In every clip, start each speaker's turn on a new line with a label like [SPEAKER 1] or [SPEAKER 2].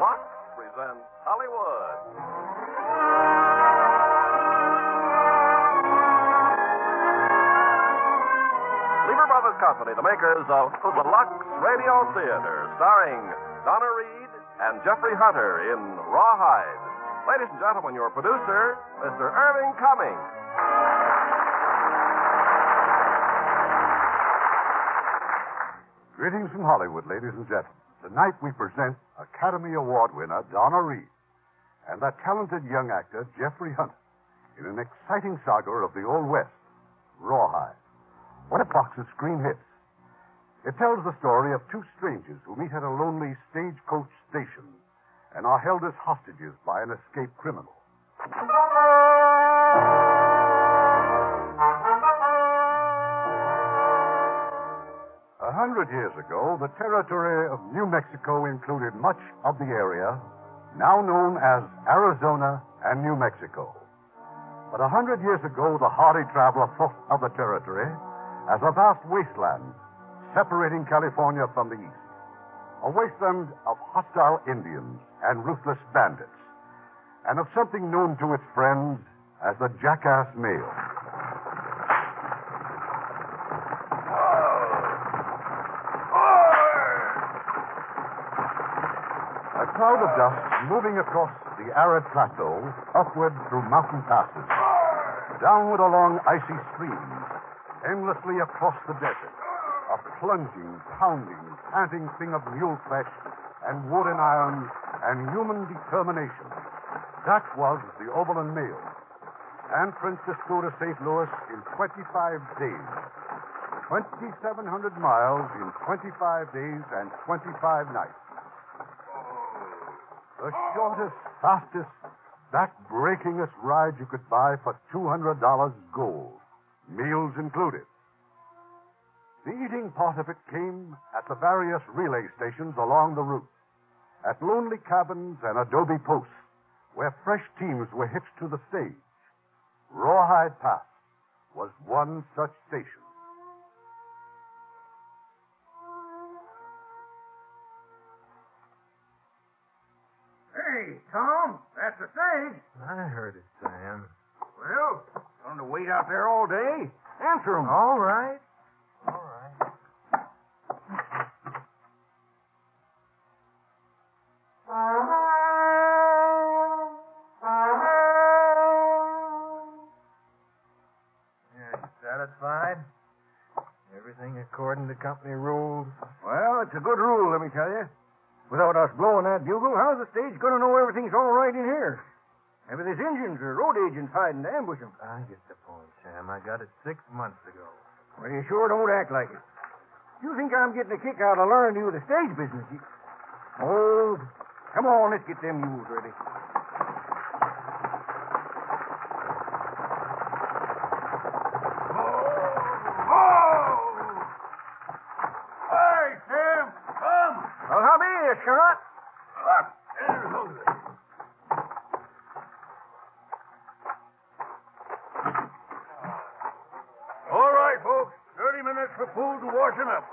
[SPEAKER 1] Lux presents Hollywood. Lever Brothers Company, the makers of the Lux Radio Theater, starring Donna Reed and Jeffrey Hunter in Rawhide. Ladies and gentlemen, your producer, Mr. Irving Cummings.
[SPEAKER 2] Greetings from Hollywood, ladies and gentlemen. Tonight we present Academy Award winner Donna Reed and that talented young actor Jeffrey Hunter in an exciting saga of the Old West, Rawhide. What a box of screen hits. It tells the story of two strangers who meet at a lonely stagecoach station and are held as hostages by an escaped criminal. A hundred years ago, the territory of New Mexico included much of the area now known as Arizona and New Mexico. But a hundred years ago, the hardy traveler thought of the territory as a vast wasteland separating California from the east, a wasteland of hostile Indians and ruthless bandits, and of something known to its friends as the jackass mail. A cloud of dust moving across the arid plateau, upward through mountain passes, downward along icy streams, endlessly across the desert. A plunging, pounding, panting thing of mule flesh and wooden iron and human determination. That was the Overland Mail. And Francisco to St. Louis in 25 days. 2,700 miles in 25 days and 25 nights. The shortest, fastest, back-breakingest ride you could buy for $200 gold, meals included. The eating part of it came at the various relay stations along the route, at lonely cabins and adobe posts, where fresh teams were hitched to the stage. Rawhide Pass was one such station.
[SPEAKER 3] Hey, Tom, that's the stage.
[SPEAKER 4] I heard it, Sam.
[SPEAKER 3] Well, going to wait out there all day? Answer 'em.
[SPEAKER 4] All right. All right. Yeah, satisfied? Everything according to company rules?
[SPEAKER 3] Well, it's a good rule, let me tell you. Without us blowing that bugle, how's the stage going to know everything's all right in here? Maybe there's Indians or road agents hiding to ambush 'em.
[SPEAKER 4] I get the point, Sam. I got it six months ago.
[SPEAKER 3] Well, you sure don't act like it. You think I'm getting a kick out of learning you the stage business? You... Oh, come on, let's get them mules ready. Oh! Well, how be you, Sherrod? for food and washing up.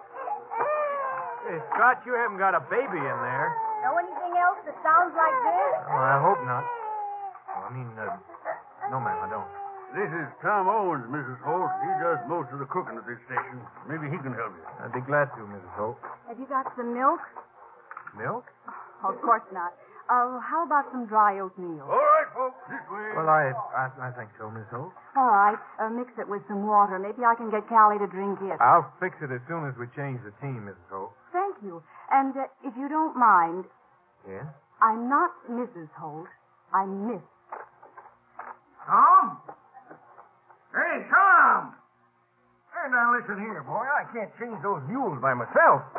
[SPEAKER 4] Hey, Scott, you haven't got a baby in there.
[SPEAKER 5] Know anything else that sounds like this?
[SPEAKER 4] Well, I hope not. Well, I mean, uh, no, ma'am, I don't.
[SPEAKER 3] This is Tom Owens, Mrs. Holt. He does most of the cooking at this station. Maybe he can help you.
[SPEAKER 4] I'd be glad to, Mrs. Holt.
[SPEAKER 5] Have you got some milk?
[SPEAKER 4] Milk?
[SPEAKER 5] Of course not. Oh, how about some dry oatmeal?
[SPEAKER 3] All right, folks, this way.
[SPEAKER 4] Well, I, I, I think so, Miss Holt.
[SPEAKER 5] All right, uh, mix it with some water. Maybe I can get Callie to drink it.
[SPEAKER 4] I'll fix it as soon as we change the team, Mrs. Holt.
[SPEAKER 5] Thank you. And uh, if you don't mind,
[SPEAKER 4] Yeah?
[SPEAKER 5] I'm not Mrs. Holt. I'm Miss.
[SPEAKER 3] Tom? Hey, Tom! Hey, now listen here, boy. I can't change those mules by myself.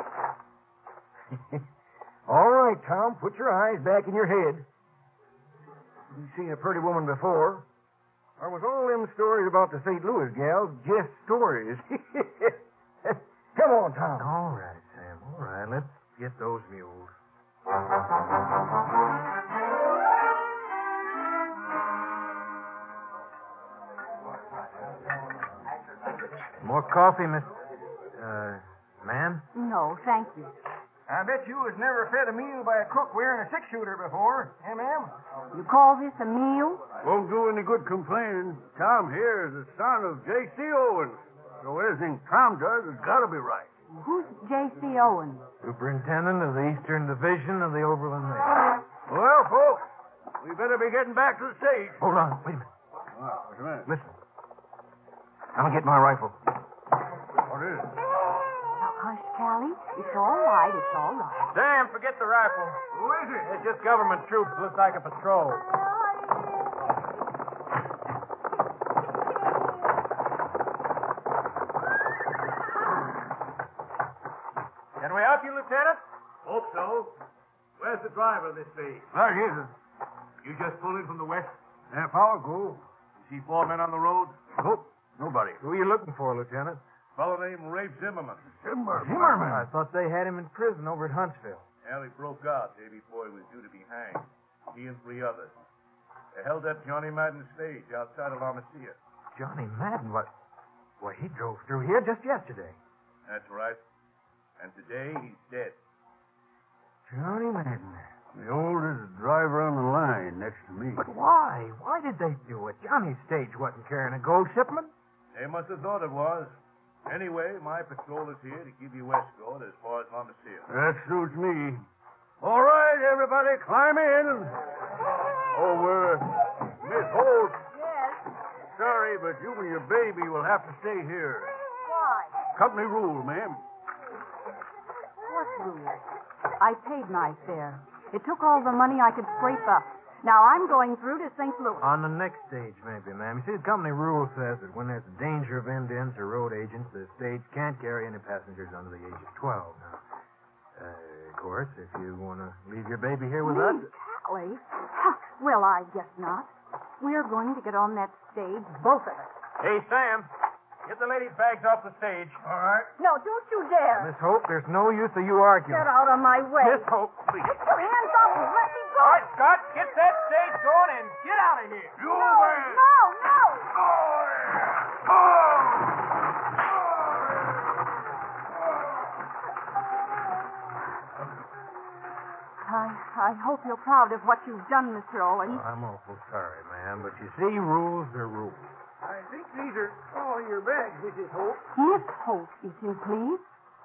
[SPEAKER 3] All right, Tom. Put your eyes back in your head. You've seen a pretty woman before. Or was all them stories about the St. Louis gals just stories? Come on, Tom.
[SPEAKER 4] All right, Sam. All right, let's get those mules. More coffee, Miss. Uh, ma'am?
[SPEAKER 5] No, Oh, thank you.
[SPEAKER 3] I bet you was never fed a meal by a cook wearing a six shooter before, eh, ma'am?
[SPEAKER 5] You call this a meal?
[SPEAKER 3] Won't do any good complaining. Tom here is the son of J.C. Owens. So everything Tom does has got to be right.
[SPEAKER 5] Who's J.C. Owens?
[SPEAKER 4] Superintendent of the Eastern Division of the Overland Mail.
[SPEAKER 3] Well, folks, we better be getting back to the stage.
[SPEAKER 4] Hold on, wait a minute.
[SPEAKER 3] What's the matter?
[SPEAKER 4] Listen. I'm gonna get my rifle.
[SPEAKER 3] What is it?
[SPEAKER 5] Now, hush, Callie. It's all right. It's all right.
[SPEAKER 4] Sam, forget the rifle.
[SPEAKER 3] Who is it?
[SPEAKER 4] It's just government troops. Looks like a patrol. Can we help you, Lieutenant?
[SPEAKER 6] Hope so. Where's the driver of this stage?
[SPEAKER 3] There he is.
[SPEAKER 6] You just pulled in from the west.
[SPEAKER 3] Half hour ago.
[SPEAKER 6] You see four men on the road?
[SPEAKER 3] Nope. Nobody.
[SPEAKER 4] Who are you looking for, Lieutenant?
[SPEAKER 6] Fellow named Rafe Zimmerman.
[SPEAKER 3] Zimmerman.
[SPEAKER 4] I thought they had him in prison over at Huntsville.
[SPEAKER 6] Well, he broke out day before he was due to be hanged. He and three others. They held up Johnny Madden's stage outside of La Mesilla.
[SPEAKER 4] Johnny Madden, what? Well, he drove through here just yesterday.
[SPEAKER 6] That's right. And today he's dead.
[SPEAKER 4] Johnny Madden.
[SPEAKER 3] The oldest driver on the line next to me.
[SPEAKER 4] But why? Why did they do it? Johnny's stage wasn't carrying a gold shipment.
[SPEAKER 6] They must have thought it was. Anyway, my patrol is here to give you escort as far as La Mesilla.
[SPEAKER 3] That suits me. All right, everybody, climb in. Over. Oh, Miss Holt,
[SPEAKER 5] Yes.
[SPEAKER 3] sorry, but you and your baby will have to stay here.
[SPEAKER 5] Why?
[SPEAKER 3] Company rule, ma'am.
[SPEAKER 5] What rule? I paid my fare. It took all the money I could scrape up. Now I'm going through to St. Louis.
[SPEAKER 4] On the next stage, maybe, ma'am. You see, the company rule says that when there's a danger of end-ins or road agents, the stage can't carry any passengers under the age of 12. Now, uh, of course, if you want to leave your baby here with us...
[SPEAKER 5] Me, Callie? Huh, Well, I guess not. We're going to get on that stage, both of us.
[SPEAKER 4] Hey, Sam! Get the lady's bags off the stage. All right.
[SPEAKER 5] No, don't you dare.
[SPEAKER 4] Miss Hope, there's no use of you arguing.
[SPEAKER 5] Get out of my way.
[SPEAKER 4] Miss Hope, please.
[SPEAKER 5] Get your hands off and let me go.
[SPEAKER 4] Scott, get that stage going and get out of here.
[SPEAKER 3] You
[SPEAKER 5] No, no, no. I, I hope you're proud of what you've done, Mr. Owens.
[SPEAKER 4] I'm awful sorry, ma'am, but you see, rules are rules.
[SPEAKER 3] I think these are all your bags, Mrs. Holt.
[SPEAKER 5] Miss Holt, if you please.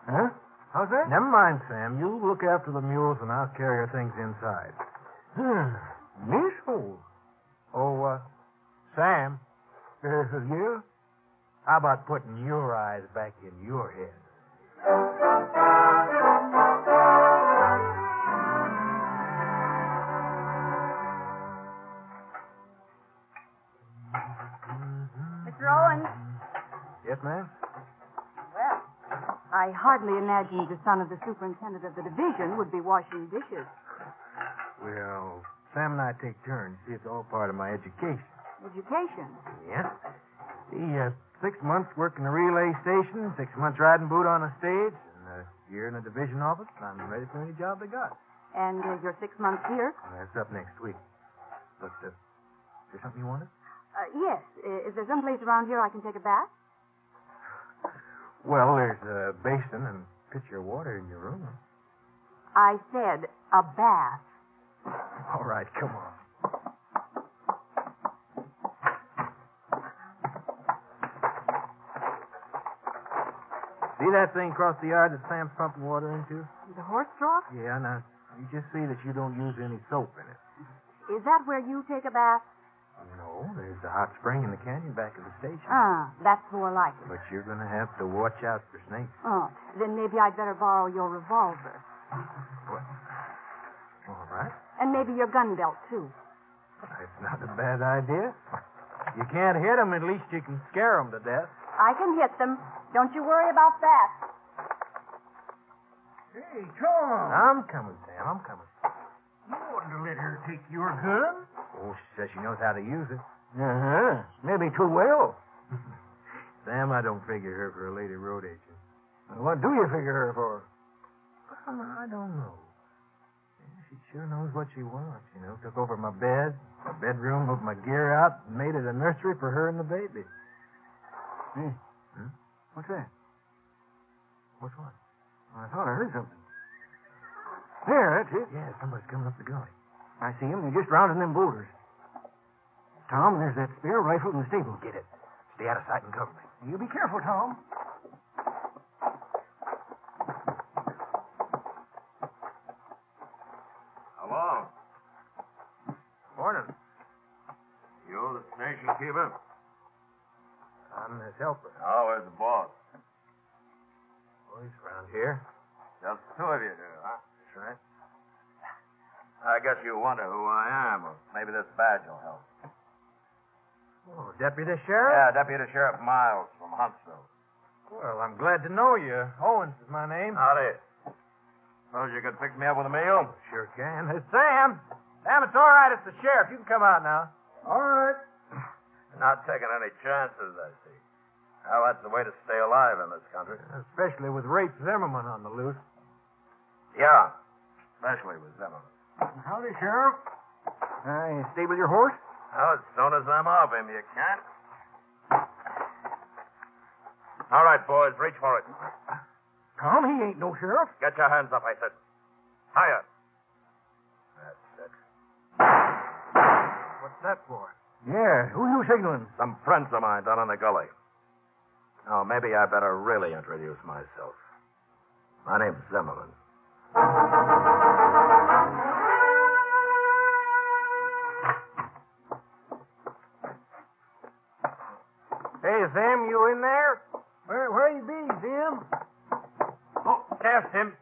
[SPEAKER 4] Huh?
[SPEAKER 3] How's that?
[SPEAKER 4] Never mind, Sam. You look after the mules, and I'll carry her things inside. Hmm. Miss Hole. Oh, uh, Sam. Uh, you? How about putting your eyes back in your head?
[SPEAKER 5] Mr. Owens.
[SPEAKER 4] Yes, ma'am?
[SPEAKER 5] Well, I hardly imagined the son of the superintendent of the division would be washing dishes.
[SPEAKER 4] Well, Sam and I take turns. See, it's all part of my education.
[SPEAKER 5] Education.
[SPEAKER 4] Yeah. See, uh, six months working the relay station, six months riding boot on a stage, and uh, a year in the division office, and I'm ready for any job they got.
[SPEAKER 5] And uh, you're six months here?
[SPEAKER 4] Well, that's up next week. But, uh, is there something you wanted?
[SPEAKER 5] Uh, yes. Uh, Is there someplace around here I can take a bath?
[SPEAKER 4] Well, there's a basin and pitcher of water in your room.
[SPEAKER 5] I said a bath.
[SPEAKER 4] All right, come on. See that thing across the yard that Sam's pumping water into?
[SPEAKER 5] The horse trough?
[SPEAKER 4] Yeah, now you just see that you don't use any soap in it.
[SPEAKER 5] Is that where you take a bath?
[SPEAKER 4] No, there's a hot spring in the canyon back of the station.
[SPEAKER 5] Ah, that's more like it.
[SPEAKER 4] But you're gonna have to watch out for snakes.
[SPEAKER 5] Oh, then maybe I'd better borrow your revolver.
[SPEAKER 4] What? All right.
[SPEAKER 5] And maybe your gun belt, too.
[SPEAKER 4] It's not a bad idea. You can't hit 'em, at least you can scare 'em to death.
[SPEAKER 5] I can hit them. Don't you worry about that.
[SPEAKER 3] Hey, Tom!
[SPEAKER 4] I'm coming, Sam. I'm coming.
[SPEAKER 3] You oughtn't to let her take your gun.
[SPEAKER 4] Oh, she says she knows how to use it.
[SPEAKER 3] Uh-huh. Maybe too well.
[SPEAKER 4] Sam, I don't figure her for a lady road agent.
[SPEAKER 3] What do you figure her for?
[SPEAKER 4] Well, I don't know. Yeah, She sure knows what she wants, you know. Took over my bed, my bedroom, moved my gear out, and made it a nursery for her and the baby.
[SPEAKER 3] Hey.
[SPEAKER 4] Hmm?
[SPEAKER 3] What's that?
[SPEAKER 4] What's what?
[SPEAKER 3] I thought I heard something. There, that's it.
[SPEAKER 4] Yeah, somebody's coming up the gully.
[SPEAKER 3] I see them. They're just rounding them boulders. Tom, there's that spare rifle in the stable. Get it.
[SPEAKER 4] Stay out of sight and cover me.
[SPEAKER 3] You be careful, Tom.
[SPEAKER 6] Hello.
[SPEAKER 4] Morning.
[SPEAKER 6] You the station keeper?
[SPEAKER 4] I'm his helper.
[SPEAKER 6] Oh, where's the boss?
[SPEAKER 4] Always around here.
[SPEAKER 6] Just the two of you do, huh?
[SPEAKER 4] That's right.
[SPEAKER 6] I guess you wonder who I am, or maybe this badge will help.
[SPEAKER 4] Oh, Deputy Sheriff?
[SPEAKER 6] Yeah, Deputy Sheriff Miles from Huntsville.
[SPEAKER 4] Well, I'm glad to know you. Owens is my name.
[SPEAKER 6] Howdy. Suppose you could pick me up with a meal?
[SPEAKER 4] Sure can. Hey, Sam! Sam, it's all right. It's the sheriff. You can come out now.
[SPEAKER 3] All right.
[SPEAKER 6] Not taking any chances, I see. Well, that's the way to stay alive in this country.
[SPEAKER 4] Especially with Rafe Zimmerman on the loose.
[SPEAKER 6] Yeah, especially with Zimmerman.
[SPEAKER 3] Howdy, Sheriff. I stay with your horse?
[SPEAKER 6] Well, as soon as I'm off him, you can't. All right, boys, reach for it.
[SPEAKER 3] Tom, he ain't no sheriff.
[SPEAKER 6] Get your hands up, I said. Higher. That's it.
[SPEAKER 4] What's that for?
[SPEAKER 3] Yeah, who you signaling?
[SPEAKER 6] Some friends of mine down in the gully. Oh, maybe I better really introduce myself. My name's Zimmerman.
[SPEAKER 4] Hey, Sam, you in there?
[SPEAKER 3] Where, where you be, Jim?
[SPEAKER 6] Oh, there's him.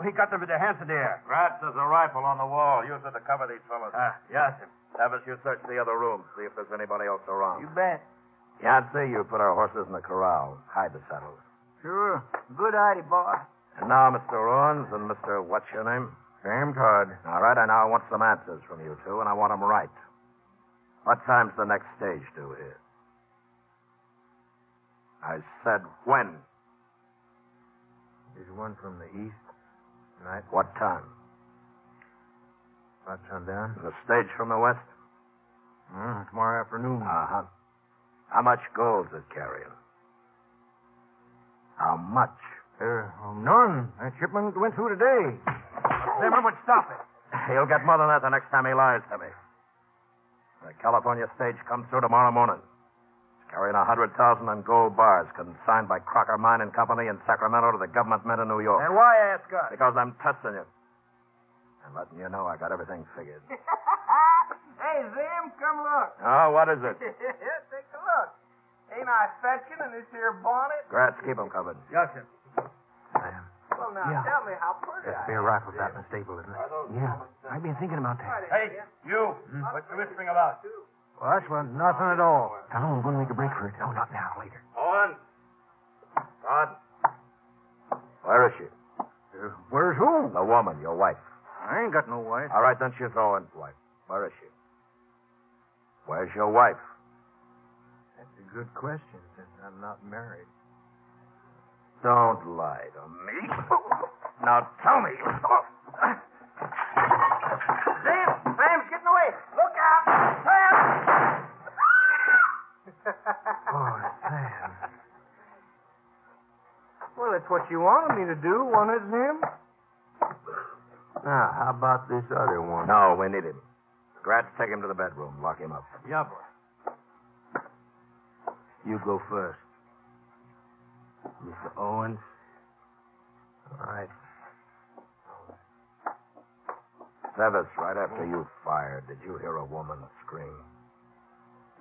[SPEAKER 6] He got them with their hands in the air. Rats, there's a rifle on the wall. Use it to cover these fellas. Ah, yes, him. Davis, you search the other room. See if there's anybody else around.
[SPEAKER 3] bet.
[SPEAKER 6] Yancey, you put our horses in the corral. Hide the saddles.
[SPEAKER 3] Sure. Good idea, boss.
[SPEAKER 6] And now, Mr. Owens and Mr. What's your name?
[SPEAKER 4] Sam Todd.
[SPEAKER 6] All right, I now want some answers from you two, and I want 'em right. What time's the next stage due here? I said when.
[SPEAKER 4] There's one from the east. Tonight,
[SPEAKER 6] What time?
[SPEAKER 4] about sundown.
[SPEAKER 6] The stage from the west?
[SPEAKER 4] Mm, tomorrow afternoon.
[SPEAKER 6] Uh huh. How much gold's it carrying? How much?
[SPEAKER 4] Uh, well, none. That shipment went through today. Sam, would stop it.
[SPEAKER 6] He'll get more than that the next time he lies to me. The California stage comes through tomorrow morning. It's carrying a hundred thousand in gold bars consigned by Crocker Mine and Company in Sacramento to the government men in New York.
[SPEAKER 4] And why ask us?
[SPEAKER 6] Because I'm testing you. And letting you know I got everything figured.
[SPEAKER 3] hey, Zim, come look.
[SPEAKER 6] oh, what is it?
[SPEAKER 3] Take a look. Ain't I fetching in this here bonnet?
[SPEAKER 6] Grats, keep 'em covered.
[SPEAKER 3] Yes, sir.
[SPEAKER 4] Sam,
[SPEAKER 3] Well, now,
[SPEAKER 4] Yeah.
[SPEAKER 3] tell me how pretty I
[SPEAKER 4] that spare rifle's out in the stable, isn't it? Yeah. I've been thinking about that.
[SPEAKER 6] Hey, you! What's you whispering about?
[SPEAKER 4] Well, that's one, nothing at all. Tom, we're going to make a break for it. No, not now, later.
[SPEAKER 6] Owen! Todd! Where is she? Uh,
[SPEAKER 4] Where's who?
[SPEAKER 6] The woman, your wife.
[SPEAKER 4] I ain't got no wife.
[SPEAKER 6] All right, then she's Owen's wife. Where is she? Where's your wife?
[SPEAKER 4] That's a good question, since I'm not married.
[SPEAKER 6] Don't lie to me. now tell me.
[SPEAKER 3] Sam, Sam's getting away. Look out. Sam!
[SPEAKER 4] Oh, Sam.
[SPEAKER 3] that's what you wanted me to do, wanted him?
[SPEAKER 4] Now, Ah, how about this other one?
[SPEAKER 6] No, we need him. Scratch, take him to the bedroom. Lock him up.
[SPEAKER 4] Yeah, boy. You go first. Mr. Owens. All right.
[SPEAKER 6] Sevis, right after you fired, did you hear a woman scream?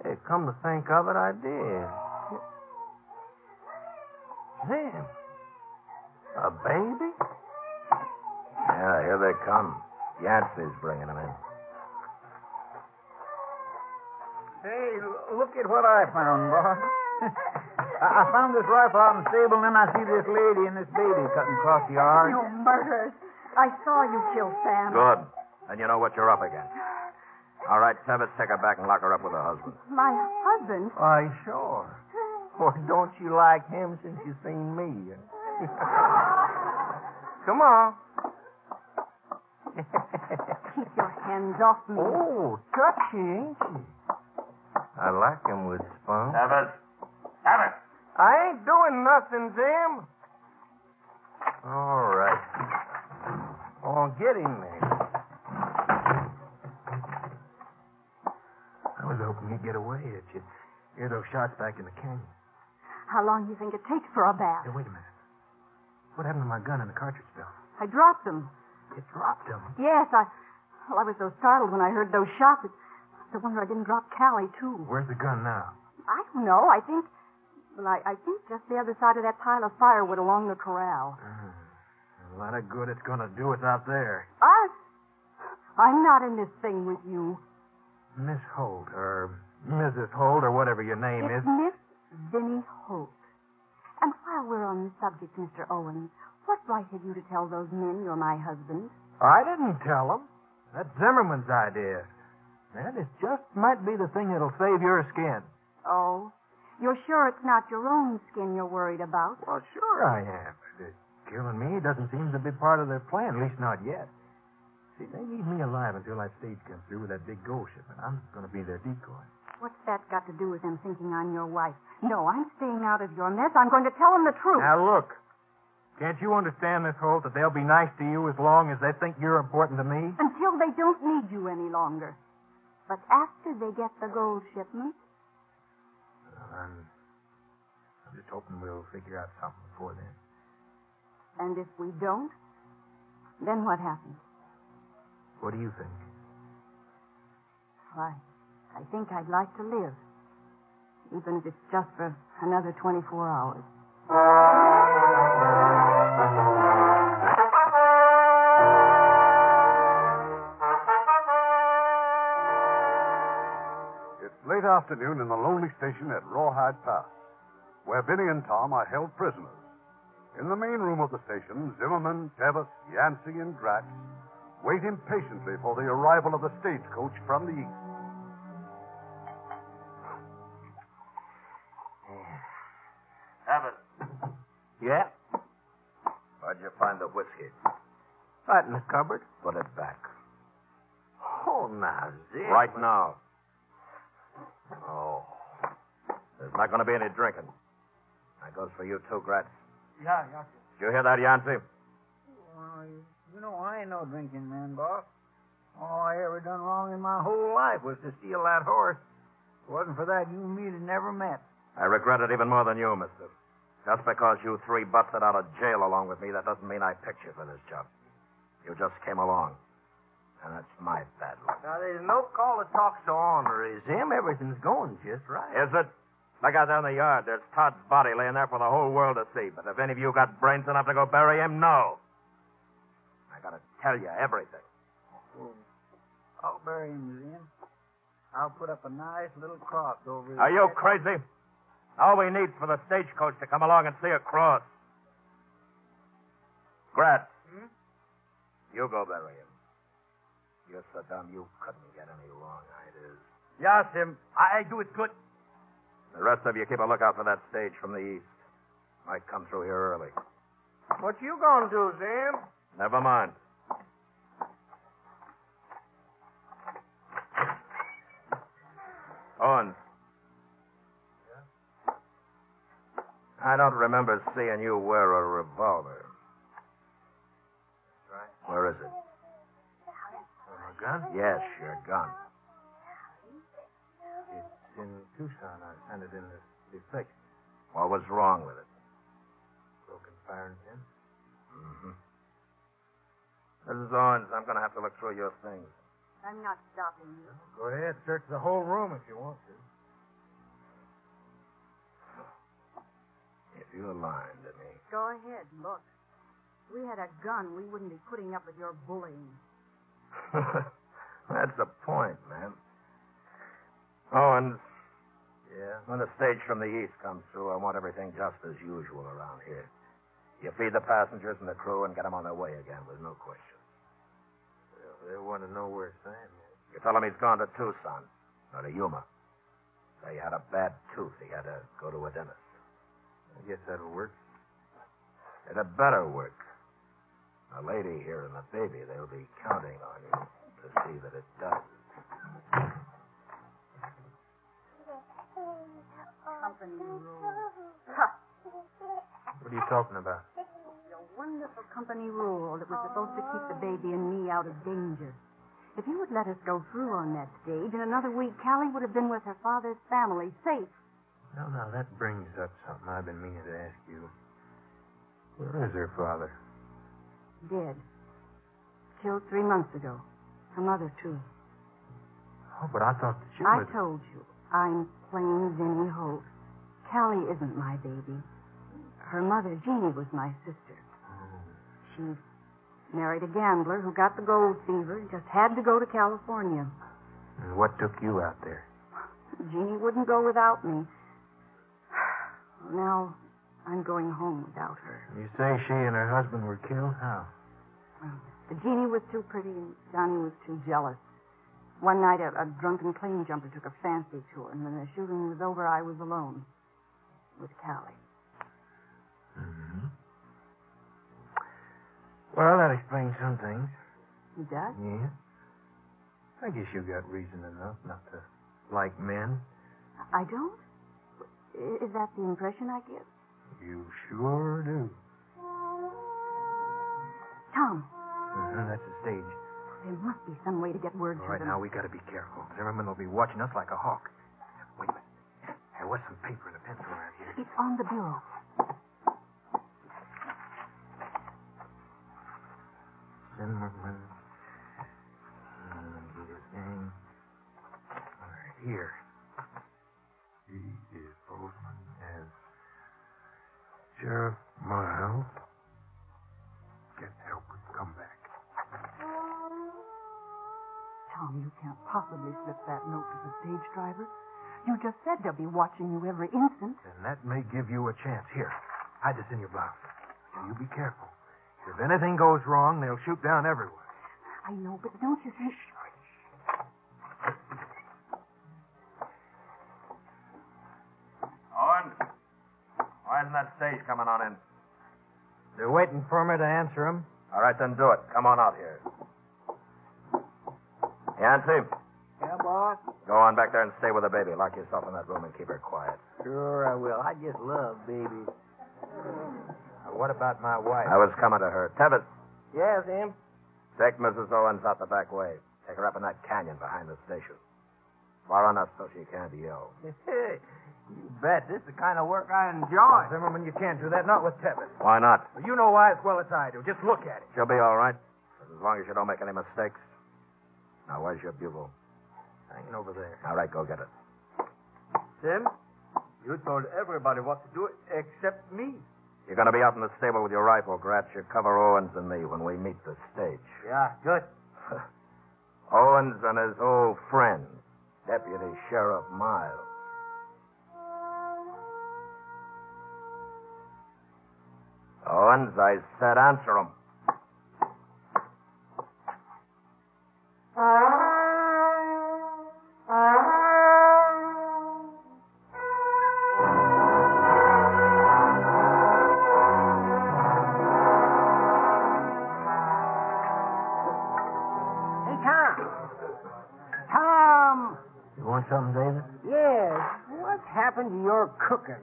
[SPEAKER 4] Hey, come to think of it, I did. Damn. A baby?
[SPEAKER 6] Yeah, here they come. Yancey's bringing them in.
[SPEAKER 3] Hey, l- look at what I found, boss.
[SPEAKER 4] I, I found this rifle out in the stable, and then I see this lady and this baby cutting across the yard.
[SPEAKER 5] You murderers. I saw you kill Sam.
[SPEAKER 6] Good. Then you know what you're up against. All right, Sevis, take her back and lock her up with her husband.
[SPEAKER 5] My husband.
[SPEAKER 4] Why, sure. Or don't you like him since you seen me?
[SPEAKER 3] Come on.
[SPEAKER 5] Keep your hands off me.
[SPEAKER 4] oh, touchy, ain't she? I like him with spunk.
[SPEAKER 6] Sevis! Sevis!
[SPEAKER 3] I ain't doing nothing, Sam.
[SPEAKER 4] All right. Oh, get him there. I was hoping you'd get away if you'd hear those shots back in the canyon.
[SPEAKER 5] How long do you think it takes for a bath?
[SPEAKER 4] Hey, wait a minute. What happened to my gun and the cartridge belt?
[SPEAKER 5] I dropped them.
[SPEAKER 4] It dropped them.
[SPEAKER 5] Yes, I. Well, I was so startled when I heard those shots. It's the wonder I didn't drop Callie, too.
[SPEAKER 4] Where's the gun now?
[SPEAKER 5] I don't know. I think. Well, I, I think just the other side of that pile of firewood along the corral.
[SPEAKER 4] Mm-hmm. A lot of good it's going to do us out there.
[SPEAKER 5] Us? I'm not in this thing with you.
[SPEAKER 4] Miss Holt, or Mrs. Holt, or whatever your name
[SPEAKER 5] it's
[SPEAKER 4] is.
[SPEAKER 5] Miss Vinnie Holt. And while we're on the subject, Mr. Owen, what right have you to tell those men you're my husband?
[SPEAKER 4] I didn't tell him. That's Zimmerman's idea. That is just might be the thing that'll save your skin.
[SPEAKER 5] Oh, you're sure it's not your own skin you're worried about?
[SPEAKER 4] Well, sure I am. But, uh, killing me doesn't seem to be part of their plan, at least not yet. See, they need me alive until that stage comes through with that big gold shipment. I'm going to be their decoy.
[SPEAKER 5] What's that got to do with them thinking I'm your wife? No, I'm staying out of your mess. I'm going to tell them the truth.
[SPEAKER 4] Now, look. Can't you understand, Miss Holt, that they'll be nice to you as long as they think you're important to me?
[SPEAKER 5] until they don't need you any longer. But after they get the gold shipment,
[SPEAKER 4] I'm, I'm just hoping we'll figure out something before then.
[SPEAKER 5] and if we don't, then what happens?
[SPEAKER 4] What do you think?
[SPEAKER 5] Why, I think I'd like to live, even if it's just for another 24 hours.
[SPEAKER 2] It's late afternoon in the lonely station at Rawhide Pass, where Benny and Tom are held prisoners. In the main room of the station, Zimmerman, Tevis, Yancey, and Drax wait impatiently for the arrival of the stagecoach from the east.
[SPEAKER 6] Sevis!
[SPEAKER 4] Yeah?
[SPEAKER 6] Where'd you find the whiskey?
[SPEAKER 4] Right in the cupboard.
[SPEAKER 6] Put it back.
[SPEAKER 4] Oh, now, Zip.
[SPEAKER 6] Right now. Oh. There's not going to be any drinking. That goes for you too, Gratz.
[SPEAKER 3] Yeah, yeah.
[SPEAKER 6] Did you hear that, Yancey?
[SPEAKER 3] Well, you know, I ain't no drinking man, boss. All I ever done wrong in my whole life was to steal that horse. If it wasn't for that, you and me'd have never met.
[SPEAKER 6] I regret it even more than you, mister. Just because you three busted out of jail along with me, that doesn't mean I picked you for this job. You just came along. And that's my bad luck.
[SPEAKER 4] Now, there's no call to talk so ornery, Zim. Everything's going just right.
[SPEAKER 6] Is it? Look out down the yard. There's Todd's body laying there for the whole world to see. But if any of you got brains enough to go bury him, no. I gotta tell you everything.
[SPEAKER 3] I'll bury him, Zim. I'll put up a nice little cross over his
[SPEAKER 6] Are you
[SPEAKER 3] head.
[SPEAKER 6] crazy? All we need's for the stagecoach to come along and see a cross. Grat. Hmm? You go bury him. You're so dumb you couldn't get any wrong ideas. Yes, him. I, I do it good. The rest of you keep a lookout for that stage from the east. Might come through here early.
[SPEAKER 3] What you gonna do, Zim?
[SPEAKER 6] Never mind. Owens. I don't remember seeing you wear a revolver. Where is it?
[SPEAKER 4] A gun?
[SPEAKER 6] Yes, your gun.
[SPEAKER 4] It's in Tucson. I found it in the deflection.
[SPEAKER 6] What was wrong with it?
[SPEAKER 4] Broken firing pin.
[SPEAKER 6] Mm-hmm. Mrs. Owens, I'm going to have to look through your things.
[SPEAKER 5] I'm not stopping you.
[SPEAKER 4] Go ahead, search the whole room if you want to.
[SPEAKER 6] If you're lying to me,
[SPEAKER 5] Go ahead, look. If we had a gun, we wouldn't be putting up with your bullying.
[SPEAKER 6] That's the point, man. Owens. Yeah? When the stage from the east comes through, I want everything just as usual around here. You feed the passengers and the crew and get them on their way again with no question.
[SPEAKER 4] They want to know where Sam is.
[SPEAKER 6] You tell him he's gone to Tucson or to Yuma. Say he had a bad tooth. He had to go to a dentist.
[SPEAKER 4] I guess that'll work.
[SPEAKER 6] It had better work. The lady here and the baby, they'll be counting on you to see that it does.
[SPEAKER 5] Company rule. Huh.
[SPEAKER 4] What are you talking about?
[SPEAKER 5] The wonderful company rule that was supposed to keep the baby and me out of danger. If you would let us go through on that stage, in another week, Callie would have been with her father's family, safe.
[SPEAKER 4] No, no, that brings up something I've been meaning to ask you. Where is her father?
[SPEAKER 5] Dead. Killed three months ago. Her mother, too.
[SPEAKER 4] Oh, but I thought that you
[SPEAKER 5] I
[SPEAKER 4] was...
[SPEAKER 5] told you, I'm plain Vinnie Holt. Callie isn't my baby. Her mother, Jeannie, was my sister. She married a gambler who got the gold fever and just had to go to California.
[SPEAKER 4] And what took you out there?
[SPEAKER 5] Jeannie wouldn't go without me. Now I'm going home without her.
[SPEAKER 4] You say she and her husband were killed? How?
[SPEAKER 5] But Jeannie was too pretty and Johnny was too jealous. One night, a, a drunken claim jumper took a fancy to her, and when the shooting was over, I was alone with Callie.
[SPEAKER 4] Mm-hmm. Well, that explains some things.
[SPEAKER 5] He does?
[SPEAKER 4] Yeah. I guess you got reason enough not to like men.
[SPEAKER 5] I don't? I- Is that the impression I give?
[SPEAKER 4] You sure do.
[SPEAKER 5] Tom,
[SPEAKER 4] Mm-hmm, that's the stage.
[SPEAKER 5] there must be some way to get word
[SPEAKER 4] All
[SPEAKER 5] to
[SPEAKER 4] right,
[SPEAKER 5] them.
[SPEAKER 4] now we gotta be careful. Zimmerman will be watching us like a hawk. Wait a minute. Hey, what's some paper and a pencil around here?
[SPEAKER 5] It's on the bureau.
[SPEAKER 4] Zimmerman. Uh, get his name. All right, here. He is Bozeman as Sheriff Mile. Get help and come back.
[SPEAKER 5] Tom, you can't possibly slip that note to the stage driver. You just said they'll be watching you every instant.
[SPEAKER 4] And that may give you a chance. Here, hide this in your blouse. And you be careful. If anything goes wrong, they'll shoot down everyone.
[SPEAKER 5] I know, but don't you think?
[SPEAKER 6] Owens? Why isn't that stage coming on in?
[SPEAKER 4] They're waiting for me to answer them.
[SPEAKER 6] All right, then do it. Come on out here. Yancy,
[SPEAKER 3] Yeah, boss?
[SPEAKER 6] go on back there and stay with the baby. Lock yourself in that room and keep her quiet.
[SPEAKER 3] Sure I will. I just love babies.
[SPEAKER 4] What about my wife?
[SPEAKER 6] I was coming to her. Tevis,
[SPEAKER 3] Yeah, Sam?
[SPEAKER 6] take Mrs. Owens out the back way. Take her up in that canyon behind the station. Far enough so she can't yell.
[SPEAKER 3] you bet. This is the kind of work I enjoy.
[SPEAKER 4] Zimmerman, you can't do that. Not with Tevis.
[SPEAKER 6] Why not?
[SPEAKER 4] Well, you know why as well as I do. Just look at it.
[SPEAKER 6] She'll be all right. As long as you don't make any mistakes. Now, where's your bugle?
[SPEAKER 4] Hanging over there.
[SPEAKER 6] All right, go get it.
[SPEAKER 3] Sam, you told everybody what to do except me.
[SPEAKER 6] You're going to be out in the stable with your rifle, Gratz. You cover Owens and me when we meet the stage.
[SPEAKER 3] Yeah, good.
[SPEAKER 6] Owens and his old friend, Deputy Sheriff Miles. Owens, I said answer him.
[SPEAKER 3] Hey, Tom. Tom.
[SPEAKER 4] You want something, David?
[SPEAKER 3] Yes. What's happened to your cooking?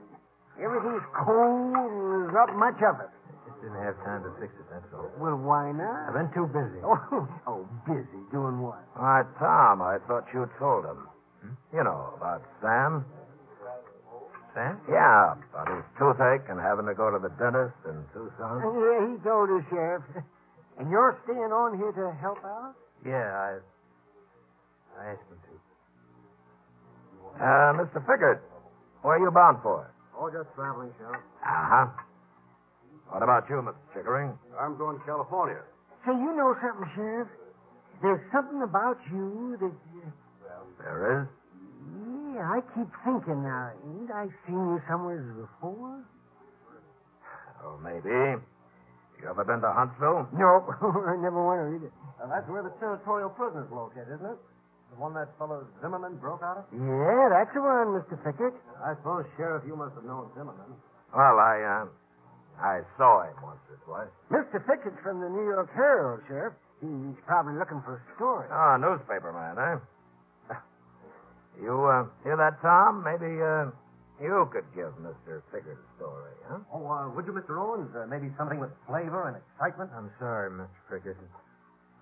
[SPEAKER 3] Everything's cold and there's not much of it.
[SPEAKER 4] Just didn't have time to fix it, that's all.
[SPEAKER 3] Well, why
[SPEAKER 4] I've
[SPEAKER 3] not?
[SPEAKER 4] been too busy.
[SPEAKER 3] Oh, oh, busy doing what?
[SPEAKER 6] Why, Tom, I thought you told him. You know, about Sam.
[SPEAKER 4] Sam?
[SPEAKER 6] Yeah, about his toothache and having to go to the dentist in Tucson.
[SPEAKER 3] Uh, yeah, he told us, Sheriff. And you're staying on here to help out?
[SPEAKER 4] Yeah, I. I asked him to.
[SPEAKER 6] Uh, Mr. Pickard, where are you bound for?
[SPEAKER 3] Oh, just traveling, Sheriff.
[SPEAKER 6] Uh huh. What about you, Mr. Chickering?
[SPEAKER 2] I'm going to California.
[SPEAKER 3] Hey, you know something, Sheriff? There's something about you that. Uh,
[SPEAKER 6] There is.
[SPEAKER 3] yeah, I keep thinking now. Ain't I seen you somewhere before?
[SPEAKER 6] Oh, maybe. You ever been to Huntsville?
[SPEAKER 3] No, I never went to either. that's where the territorial prisoner's located, isn't it?
[SPEAKER 4] The one that fellow Zimmerman broke out of?
[SPEAKER 6] Mm-hmm.
[SPEAKER 3] Yeah, that's the one, Mr. Pickett. I suppose, Sheriff, you must have known Zimmerman.
[SPEAKER 6] Well, I, um, I saw him once or twice.
[SPEAKER 3] Mr. Pickett's from the New York Herald, Sheriff. He's probably looking for a story.
[SPEAKER 6] Ah, newspaper man, eh? You, uh, hear that, Tom? Maybe, uh, you could give Mr. Pickard a story, huh?
[SPEAKER 4] Oh, uh, would you, Mr. Owens? Uh, maybe something with flavor and excitement? I'm sorry, Mr. Pickard.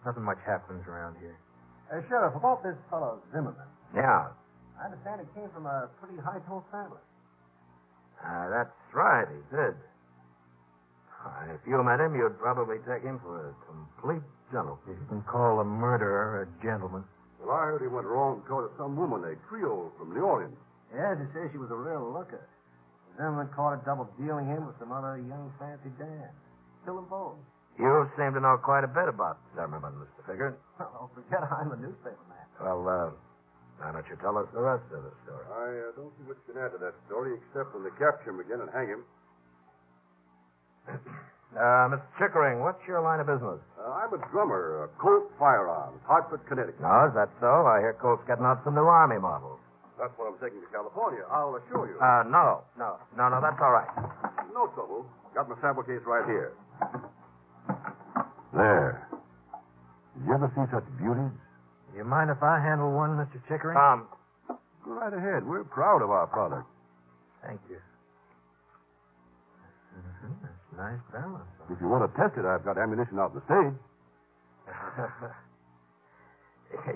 [SPEAKER 4] Nothing much happens around here.
[SPEAKER 3] Uh, Sheriff, about this fellow Zimmerman.
[SPEAKER 6] Yeah.
[SPEAKER 3] I understand he came from a pretty high-tone family.
[SPEAKER 6] Uh, that's right, he did. Uh, if you met him, you'd probably take him for Um, a complete
[SPEAKER 4] If
[SPEAKER 6] gentleman.
[SPEAKER 4] you can call a murderer a gentleman.
[SPEAKER 2] Well, I heard he went wrong because of some woman, a Creole from New Orleans.
[SPEAKER 3] Yes, he says she was a real looker. Zimmerman caught her double-dealing him with some other young fancy dame. Kill them both.
[SPEAKER 6] You seem to know quite a bit about Zimmerman, Mr. Pickard.
[SPEAKER 3] Oh, forget I'm a newspaper man.
[SPEAKER 6] Well, uh, why don't you tell us the rest of the story?
[SPEAKER 2] I uh, don't see what you can add to that story except when they capture him again and hang him.
[SPEAKER 6] Uh, Mr. Chickering, what's your line of business?
[SPEAKER 2] Uh, I'm a drummer, uh, Colt Firearms, Hartford, Connecticut.
[SPEAKER 6] No, is that so? I hear Colt's getting out some new army models.
[SPEAKER 2] That's what I'm taking to California, I'll assure you.
[SPEAKER 6] Uh, no, no, no, no, that's all right.
[SPEAKER 2] no trouble. Got my sample case right here. There. Did you ever see such beauties?
[SPEAKER 4] Do you mind if I handle one, Mr. Chickering?
[SPEAKER 6] Tom,
[SPEAKER 2] Um, Go right ahead. We're proud of our product.
[SPEAKER 4] Thank you. Mhm, That's a nice balance.
[SPEAKER 2] If you want to test it, I've got ammunition out in the stage.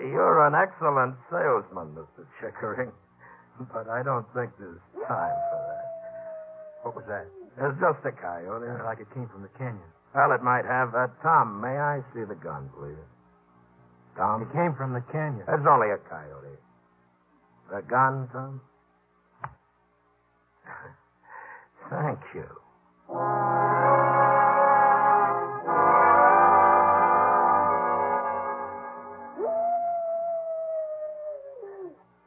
[SPEAKER 6] you're an excellent salesman, Mr. Chickering, but I don't think there's time for that.
[SPEAKER 4] What was that?
[SPEAKER 6] It's just a coyote.
[SPEAKER 4] Sounded like it came from the canyon.
[SPEAKER 6] Well, it might have. Uh, Tom, may I see the gun, please? Tom?
[SPEAKER 4] It came from the canyon.
[SPEAKER 6] It's only a coyote. The gun, Tom? Thank you.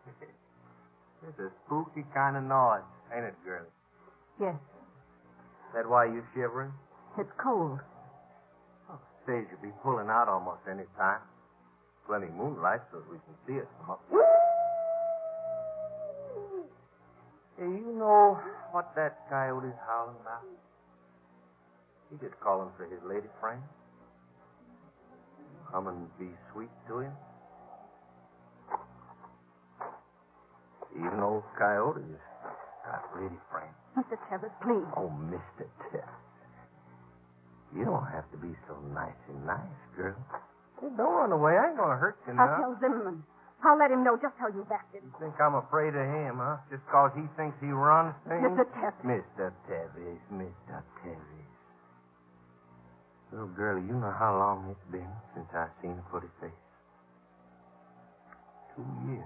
[SPEAKER 4] It's a spooky kind of noise, ain't it, girlie?
[SPEAKER 5] Yes,
[SPEAKER 4] That why you shivering?
[SPEAKER 5] it's cold.
[SPEAKER 4] Stage will be pulling out almost any time. Plenty moonlight so we can see it from up. Hey, you know what that coyote's howling about? He just calling for his lady friend. Come and be sweet to him. Even old coyote is got lady friend.
[SPEAKER 5] Mr. Tevis, please.
[SPEAKER 4] Oh, Mr. Tiff. You don't have to be so nice and nice, girl. Hey, don't run away. I ain't gonna hurt you
[SPEAKER 5] I'll tell Zimmerman. I'll let him know just how you backed him.
[SPEAKER 4] You think I'm afraid of him, huh? Just 'cause he thinks he runs things?
[SPEAKER 5] Mr. Tevis.
[SPEAKER 4] Mr. Tevis, Mr. Tevis. Little girlie, you know how long it's been since I seen a pretty face. Two years.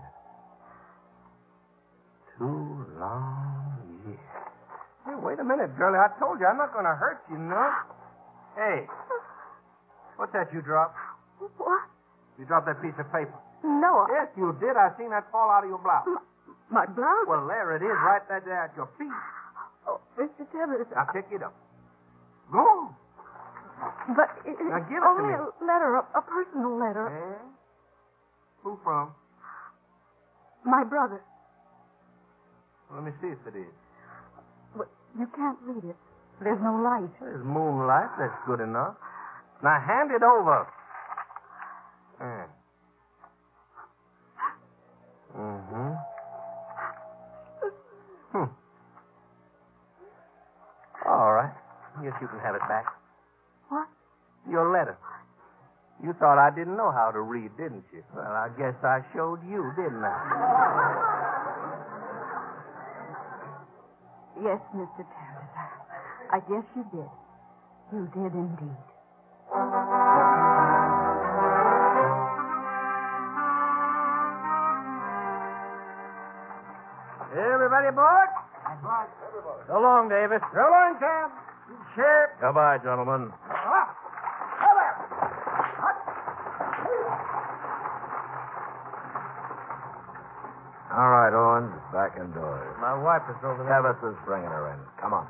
[SPEAKER 4] Two long years. Hey, wait a minute, girlie. I told you I'm not going to hurt you, no? Hey, what's that you dropped?
[SPEAKER 5] What?
[SPEAKER 4] You dropped that piece of paper.
[SPEAKER 5] No, I-
[SPEAKER 4] Yes, you did. I seen that fall out of your blouse.
[SPEAKER 5] my blouse.
[SPEAKER 4] Well, there it is, right there, there at your feet.
[SPEAKER 5] Oh, Mr. Tevis.
[SPEAKER 4] Now pick it up. Go on.
[SPEAKER 5] But it,
[SPEAKER 4] Now
[SPEAKER 5] it's
[SPEAKER 4] give it to
[SPEAKER 5] only
[SPEAKER 4] me.
[SPEAKER 5] a letter, a, a personal letter.
[SPEAKER 4] Eh? Who from?
[SPEAKER 5] My brother.
[SPEAKER 4] Let me see if it is.
[SPEAKER 5] But you can't read it. There's no light.
[SPEAKER 4] There's moonlight. That's good enough. Now hand it over. Mm. Mm-hmm. Hmm.
[SPEAKER 6] Yes, you can have it back.
[SPEAKER 5] What?
[SPEAKER 6] Your letter. You thought I didn't know how to read, didn't you? Well, I guess I showed you, didn't I?
[SPEAKER 5] Yes, Mr. Terrence. I- I guess you did. You did indeed.
[SPEAKER 3] Everybody aboard? Aboard. So long, Davis. So long, Sam. Sheriff.
[SPEAKER 6] Goodbye, gentlemen.
[SPEAKER 3] Up. Up. Up.
[SPEAKER 6] All right, Owens, back indoors.
[SPEAKER 4] My wife is over there.
[SPEAKER 6] Tevis is bringing her in. Come on.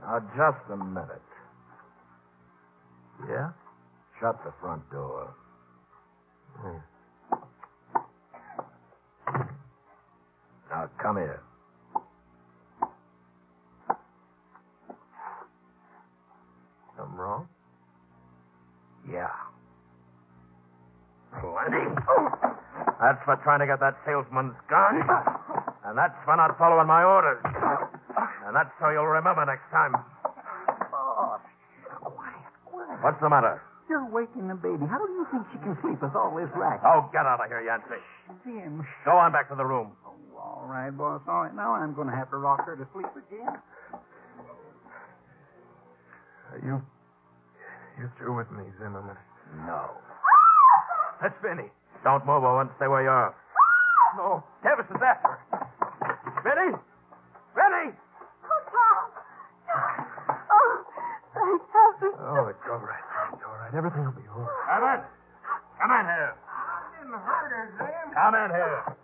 [SPEAKER 6] Now, just a minute.
[SPEAKER 4] Yeah?
[SPEAKER 6] Shut the front door. Now, come here.
[SPEAKER 4] Something wrong?
[SPEAKER 6] Yeah. Plenty. That's for trying to get that salesman's gun. And that's for not following my orders. And that's so you'll remember next time. What's the matter?
[SPEAKER 3] You're waking the baby. How do you think she can sleep with all this racket?
[SPEAKER 6] Oh, get out of here, Yancey.
[SPEAKER 3] Jim. Oh,
[SPEAKER 6] Go on back to the room.
[SPEAKER 3] All right, boss. All right. Now I'm going to have to rock her to sleep again.
[SPEAKER 4] Are you. You're through with me, Zimmerman.
[SPEAKER 6] No.
[SPEAKER 4] That's Benny.
[SPEAKER 6] Don't move, Owen. Stay where you are.
[SPEAKER 4] No.
[SPEAKER 6] Davis is after her. Benny? Benny!
[SPEAKER 5] Oh, thank heaven.
[SPEAKER 4] Oh, it's all right. It's all right. Everything will be all right.
[SPEAKER 6] Abbott! Come in here.
[SPEAKER 3] Didn't hurt her, Sam.
[SPEAKER 6] Come in here.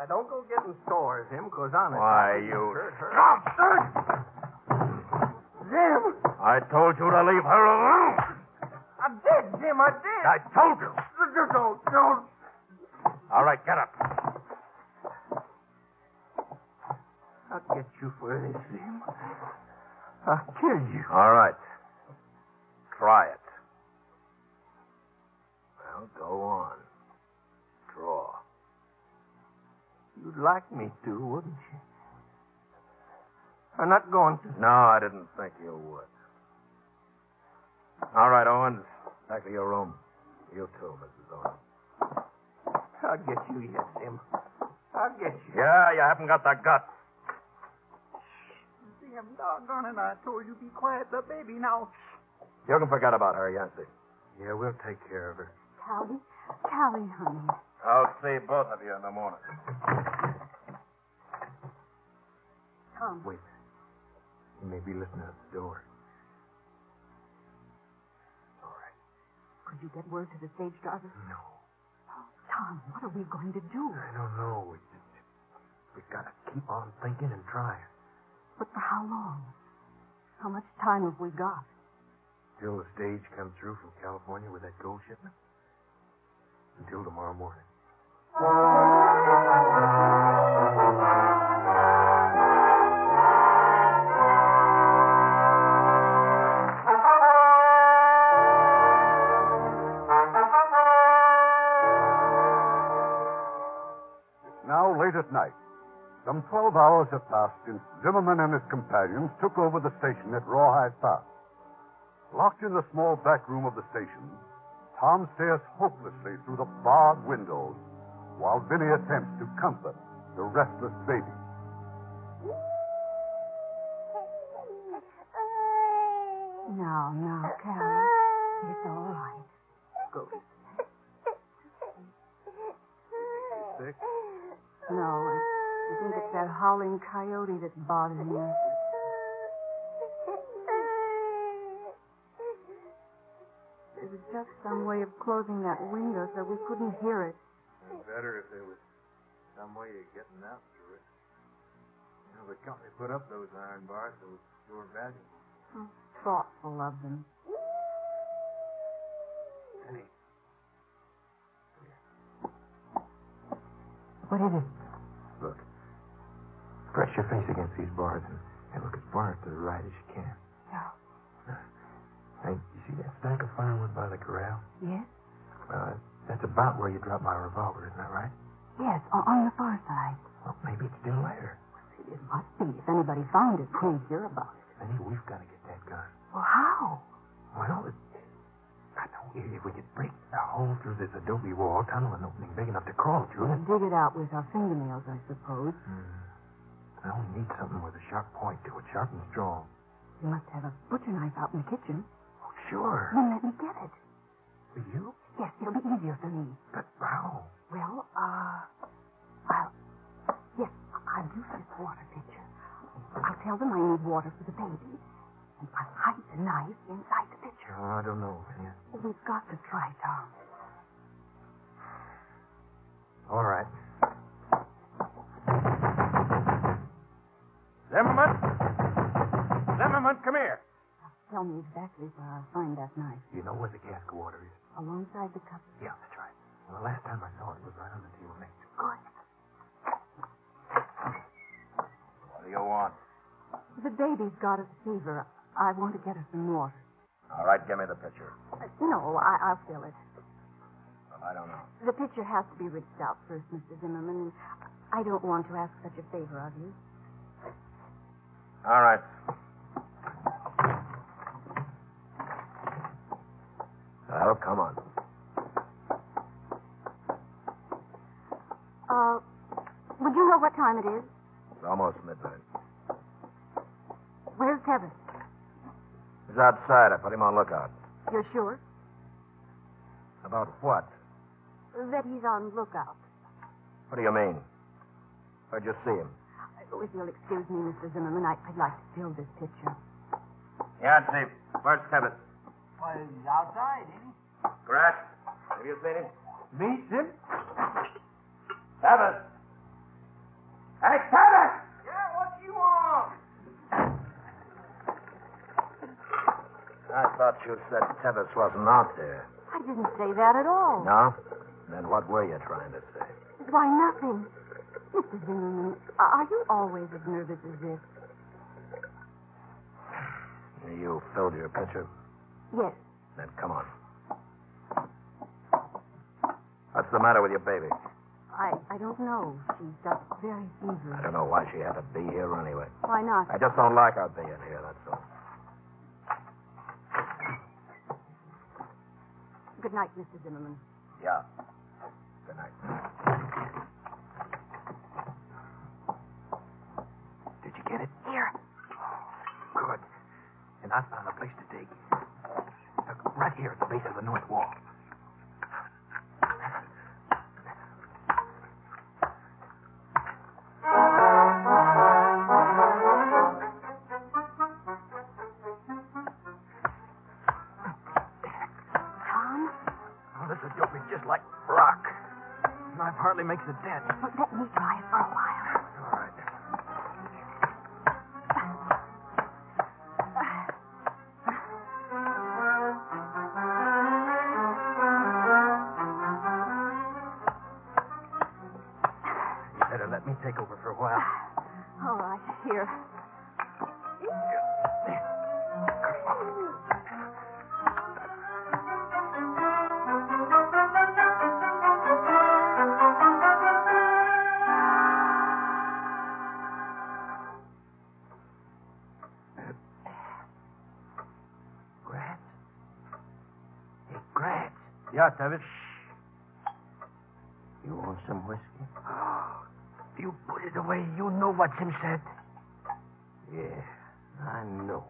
[SPEAKER 3] Now, don't go getting stores, him, because honest.
[SPEAKER 6] Why, you drop
[SPEAKER 3] Jim!
[SPEAKER 6] I told you to leave her alone.
[SPEAKER 3] I did, Jim, I did.
[SPEAKER 6] I told you.
[SPEAKER 3] Don't, don't.
[SPEAKER 6] All right, get up.
[SPEAKER 3] I'll get you for this, Jim. I'll kill you.
[SPEAKER 6] All right. Try it. Well, go on. Draw.
[SPEAKER 3] You'd like me to, wouldn't you? I'm not going to.
[SPEAKER 6] No, I didn't think you would. All right, Owens. Back to your room. You too, Mrs. Owens.
[SPEAKER 3] I'll get you yet, Jim. I'll get you.
[SPEAKER 6] Yeah, you haven't got the guts.
[SPEAKER 3] Jim, doggone it, I told you be quiet, the baby. Now,
[SPEAKER 6] You can forget about her, Yancey.
[SPEAKER 4] Yeah, we'll take care of her.
[SPEAKER 5] Callie, Callie, honey.
[SPEAKER 6] I'll see both of you in the morning.
[SPEAKER 5] Come.
[SPEAKER 4] Wait. He may be listening at the door. All right.
[SPEAKER 5] Could you get word to the stage driver? Oh,
[SPEAKER 4] No.
[SPEAKER 5] Tom, what are we going to do?
[SPEAKER 4] I don't know. We, we gotta keep on thinking and trying.
[SPEAKER 5] But for how long? How much time have we got?
[SPEAKER 4] Till the stage comes through from California with that gold shipment. Until tomorrow morning.
[SPEAKER 2] Now, late at night, some 12 hours have passed since Zimmerman and his companions took over the station at Rawhide Pass. Locked in the small back room of the station, Tom stares hopelessly through the barred windows while Vinny attempts to comfort the restless baby.
[SPEAKER 5] Now, now, Callie. It's all right. Go to
[SPEAKER 4] Sick?
[SPEAKER 5] No, I think it's that howling coyote that's bothering us. There was just some way of closing that window so we couldn't hear it.
[SPEAKER 4] Better if there was some way of getting out through it. You know, the company put up those iron bars so they were valuable.
[SPEAKER 5] Thoughtful of them.
[SPEAKER 4] Penny,
[SPEAKER 5] What is it?
[SPEAKER 4] look. Press your face against these bars and, and look as far to the right as you can.
[SPEAKER 5] Yeah.
[SPEAKER 4] Hey, you see that stack of firewood by the corral? Uh,
[SPEAKER 5] Yes?
[SPEAKER 4] Well, that's about where you dropped my revolver, isn't that right?
[SPEAKER 5] Yes, o- on the far side.
[SPEAKER 4] Well, maybe it's still there.
[SPEAKER 5] It must be. If anybody found it, we'll hear about it.
[SPEAKER 4] Lenny, we've got to get that gun.
[SPEAKER 5] Well, how?
[SPEAKER 4] Well, it, I know. If if we could break a hole through this adobe wall, tunnel an opening big enough to crawl through, and
[SPEAKER 5] Dig it out with our fingernails, I suppose.
[SPEAKER 4] Well, we Hmm. need something with a sharp point to it, sharp and strong.
[SPEAKER 5] You must have a butcher knife out in the kitchen.
[SPEAKER 4] Oh, sure.
[SPEAKER 5] Then let me get it.
[SPEAKER 4] For you?
[SPEAKER 5] Yes, it'll be easier for me.
[SPEAKER 4] But how?
[SPEAKER 5] Well, uh, I'll. Yes, I'll use this water pitcher. I'll tell them I need water for the baby. And I'll hide the knife inside the pitcher.
[SPEAKER 4] Oh, I don't know, Lenny.
[SPEAKER 5] We've got to try, Tom.
[SPEAKER 4] All right.
[SPEAKER 3] Zimmerman? Zimmerman, come here.
[SPEAKER 5] Tell me exactly where I'll find that knife.
[SPEAKER 4] You know where the cask of water is?
[SPEAKER 5] Alongside the cup.
[SPEAKER 4] Yeah, that's right. Well, the last time I saw it was right on the table next to it.
[SPEAKER 5] Good.
[SPEAKER 6] What do you want?
[SPEAKER 5] The baby's got a fever. I want to get her some water.
[SPEAKER 6] All right, give me the pitcher.
[SPEAKER 5] No, I, I'll fill it.
[SPEAKER 6] Well, I don't know.
[SPEAKER 5] The pitcher has to be rinsed out first, Mr. Zimmerman. I don't want to ask such a favor of you.
[SPEAKER 6] All right. Well, come on.
[SPEAKER 5] Uh, would you know what time it is?
[SPEAKER 6] It's almost midnight.
[SPEAKER 5] Where's Kevin?
[SPEAKER 6] He's outside. I put him on lookout.
[SPEAKER 5] You're sure?
[SPEAKER 6] About what?
[SPEAKER 5] That he's on lookout.
[SPEAKER 6] What do you mean? Where'd you see him?
[SPEAKER 5] Oh, If you'll excuse me, Mr. Zimmerman, I, I'd like to fill this pitcher.
[SPEAKER 6] Yancey, where's Kevin?
[SPEAKER 7] Well, he's outside, ain't
[SPEAKER 6] Grant, have you seen him?
[SPEAKER 3] Me, Zim?
[SPEAKER 6] Kevin! Hey, Kevin!
[SPEAKER 7] Yeah, what you want?
[SPEAKER 6] I thought you said Tevis wasn't out there.
[SPEAKER 5] I didn't say that at all.
[SPEAKER 6] No? Then what were you trying to say?
[SPEAKER 5] Why, nothing. Mr. Zimmerman, uh, are you always as nervous as this?
[SPEAKER 6] You filled your pitcher.
[SPEAKER 5] Yes.
[SPEAKER 6] Then come on. What's the matter with your baby?
[SPEAKER 5] I, I don't know. She's got very
[SPEAKER 6] I
[SPEAKER 5] fever.
[SPEAKER 6] don't know why she had to be here anyway.
[SPEAKER 5] Why not?
[SPEAKER 6] I just don't like her being here, that's all.
[SPEAKER 5] Good night, Mr. Zimmerman.
[SPEAKER 6] Yeah. Good night.
[SPEAKER 4] Did you get it? Here. Good. And I found a place to dig. Look, right here at the base of the north wall. Oh,
[SPEAKER 5] Tom?
[SPEAKER 4] Oh, this adobe is just like rock. Knife hardly makes a dent.
[SPEAKER 5] Well, let me try it for a while.
[SPEAKER 4] All right. You better let me take over for a while.
[SPEAKER 5] All right, here.
[SPEAKER 4] Grant? Hey, Grant.
[SPEAKER 6] Yeah, Tevis. You want some whiskey?
[SPEAKER 4] You put it away. You know what Jim said.
[SPEAKER 6] Yeah, I know.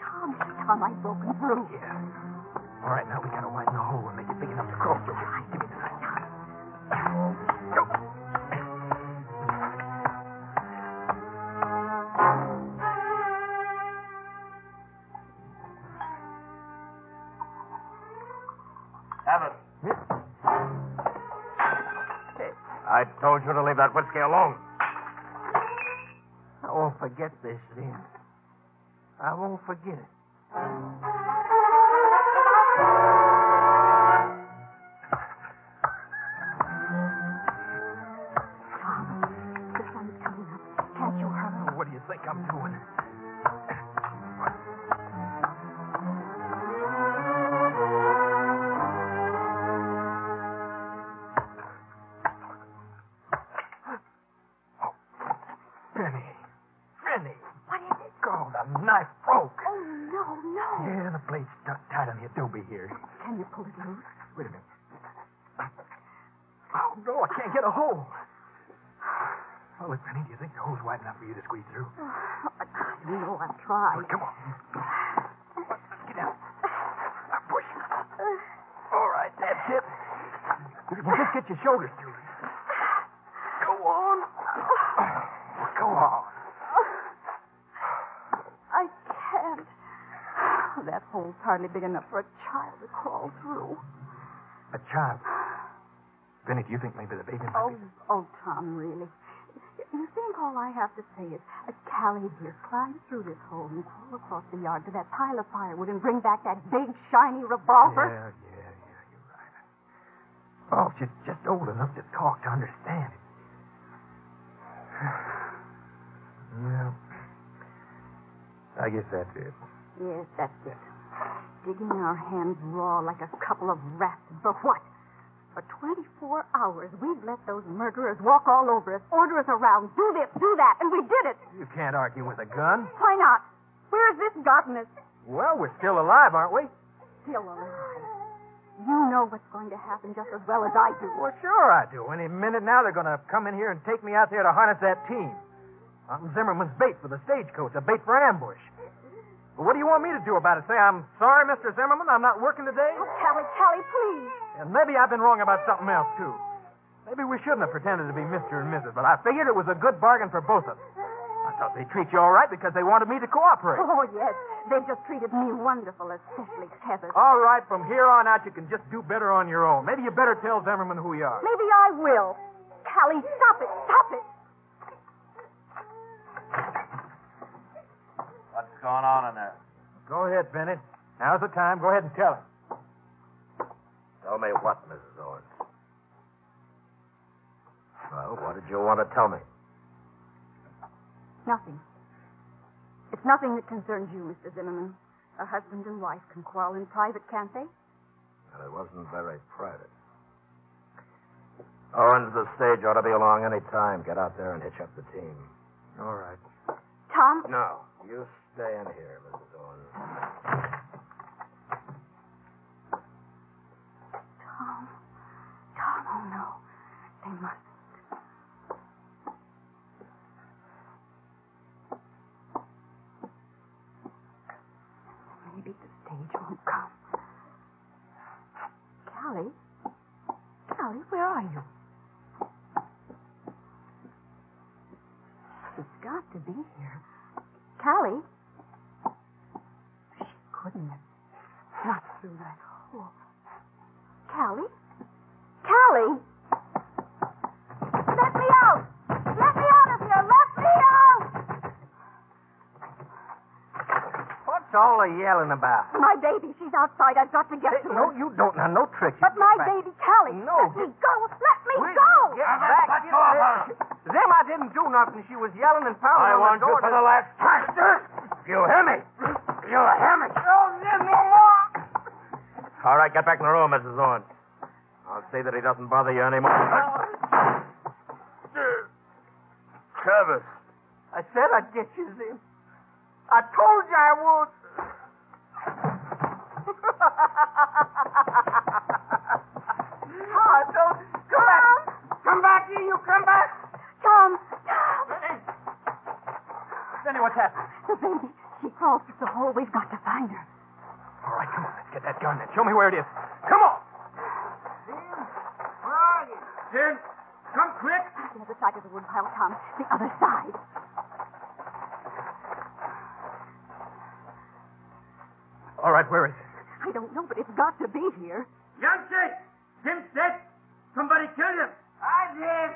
[SPEAKER 5] Tom, Tom, I've broken through.
[SPEAKER 4] All right, now we gotta widen the hole and make it big enough to crawl through. Give me the knife. Go.
[SPEAKER 6] Tevis. I told you to leave that whiskey alone.
[SPEAKER 4] I won't forget this, then. I won't forget it.
[SPEAKER 5] Tom, the sun's coming up.
[SPEAKER 4] think I'm doing. Penny. Penny.
[SPEAKER 5] What is it?
[SPEAKER 4] Go, the knife broke.
[SPEAKER 5] Oh, no, no.
[SPEAKER 4] Yeah, the blade's stuck tight on the adobe here.
[SPEAKER 5] Can you pull it loose?
[SPEAKER 4] Wait a minute. Oh, no, I can't get a hole. Oh, look, Penny, do you think the hole's wide enough for you to squeeze through?
[SPEAKER 5] Oh, I don't know. I've tried.
[SPEAKER 4] Come on. Get down. Now push. All right, that's it. If you can just get your shoulders through. Go on. Oh, go on.
[SPEAKER 5] I can't. That hole's hardly big enough for a child to crawl through.
[SPEAKER 4] A child. Penny, do you think maybe the baby might
[SPEAKER 5] Oh,
[SPEAKER 4] be...
[SPEAKER 5] oh, Tom, really. You think all I have to say is, uh, Callie, dear, climb through this hole and crawl across the yard to that pile of firewood and bring back that big, shiny
[SPEAKER 4] Oh,
[SPEAKER 5] revolver?
[SPEAKER 4] Yeah, yeah, yeah, you're right. Oh, she's just old enough to talk, to understand it. yeah. I guess that's it.
[SPEAKER 5] Yes, that's it. Digging our hands raw like a couple of rats. For what? For 24 hours, we've let those murderers walk all over us, order us around, do this, do that, and we did it.
[SPEAKER 4] You can't argue with a gun.
[SPEAKER 5] Why not? Where has this gotten us?
[SPEAKER 4] Well, we're still alive, aren't we?
[SPEAKER 5] Still alive. You know what's going to happen just as well as I do.
[SPEAKER 4] Well, sure I do. Any minute now, they're going to come in here and take me out there to harness that team. Uncle Zimmerman's bait for the stagecoach, a bait for an ambush. But what do you want me to do about it? Say, I'm sorry, Mr. Zimmerman, I'm not working today?
[SPEAKER 5] Oh, Callie, Callie, please.
[SPEAKER 4] And maybe I've been wrong about something else, too. Maybe we shouldn't have pretended to be Mr. and Mrs., but I figured it was a good bargain for both of us. I thought they'd treat you all right because they wanted me to cooperate.
[SPEAKER 5] Oh, yes. They've just treated me wonderful, especially Kevin.
[SPEAKER 4] All right, from here on out, you can just do better on your own. Maybe you better tell Zimmerman who you are.
[SPEAKER 5] Maybe I will. Callie, stop it. Stop it.
[SPEAKER 6] What's going on in there?
[SPEAKER 4] Go ahead, Bennett. Now's the time. Go ahead and tell him.
[SPEAKER 6] Tell me what, Mrs. Owens? Well, what did you want to tell me?
[SPEAKER 5] Nothing. It's nothing that concerns you, Mr. Zimmerman. A husband and wife can quarrel in private, can't they?
[SPEAKER 6] Well, it wasn't very private. Owens, the stage ought to be along any time. Get out there and hitch up the team.
[SPEAKER 4] All right.
[SPEAKER 5] Tom?
[SPEAKER 6] No, you stay in here, Mrs. Owens.
[SPEAKER 5] Tom. Tom, oh no. They must. Maybe the stage won't come. Callie? Callie, where are you? She's got to be here. Callie? She couldn't have not through that Oh. hole. Callie? Callie? Let me out! Let me out of here! Let me out!
[SPEAKER 4] What's all the yelling about?
[SPEAKER 5] My baby, she's outside. I've got to get to her.
[SPEAKER 4] No, you don't. Now, no tricks.
[SPEAKER 5] But my baby, Callie.
[SPEAKER 4] No.
[SPEAKER 5] Let me go. Let me
[SPEAKER 4] Will you
[SPEAKER 5] go.
[SPEAKER 4] Get
[SPEAKER 6] Now,
[SPEAKER 4] back.
[SPEAKER 6] let
[SPEAKER 4] Get
[SPEAKER 6] go of her.
[SPEAKER 4] back. Uh-huh. Them, I didn't do nothing. She was yelling and pounding
[SPEAKER 6] I
[SPEAKER 4] on
[SPEAKER 6] want
[SPEAKER 4] the
[SPEAKER 6] you
[SPEAKER 4] door.
[SPEAKER 6] for the last time. You hear me? You hear me?
[SPEAKER 4] Oh,
[SPEAKER 6] no more. All right, get back in the room, Mrs. Owens. I'll see that he doesn't bother you anymore. Travis.
[SPEAKER 4] I said I'd get you, Zim. I told you I would. I told Oh, Come back. Come back here, you come back.
[SPEAKER 5] Tom.
[SPEAKER 4] Benny, what's happening?
[SPEAKER 5] The baby, she crawled through the hole. We've got to find her.
[SPEAKER 4] All right, come on. Let's get that gun then. Show me where it is. Come on. Jim, come quick.
[SPEAKER 5] The other side of the woodpile, Tom. The other side.
[SPEAKER 4] All right, where is it?
[SPEAKER 5] I don't know, but it's got to be here.
[SPEAKER 4] Youngsters, Jim's dead. Somebody killed him. I did.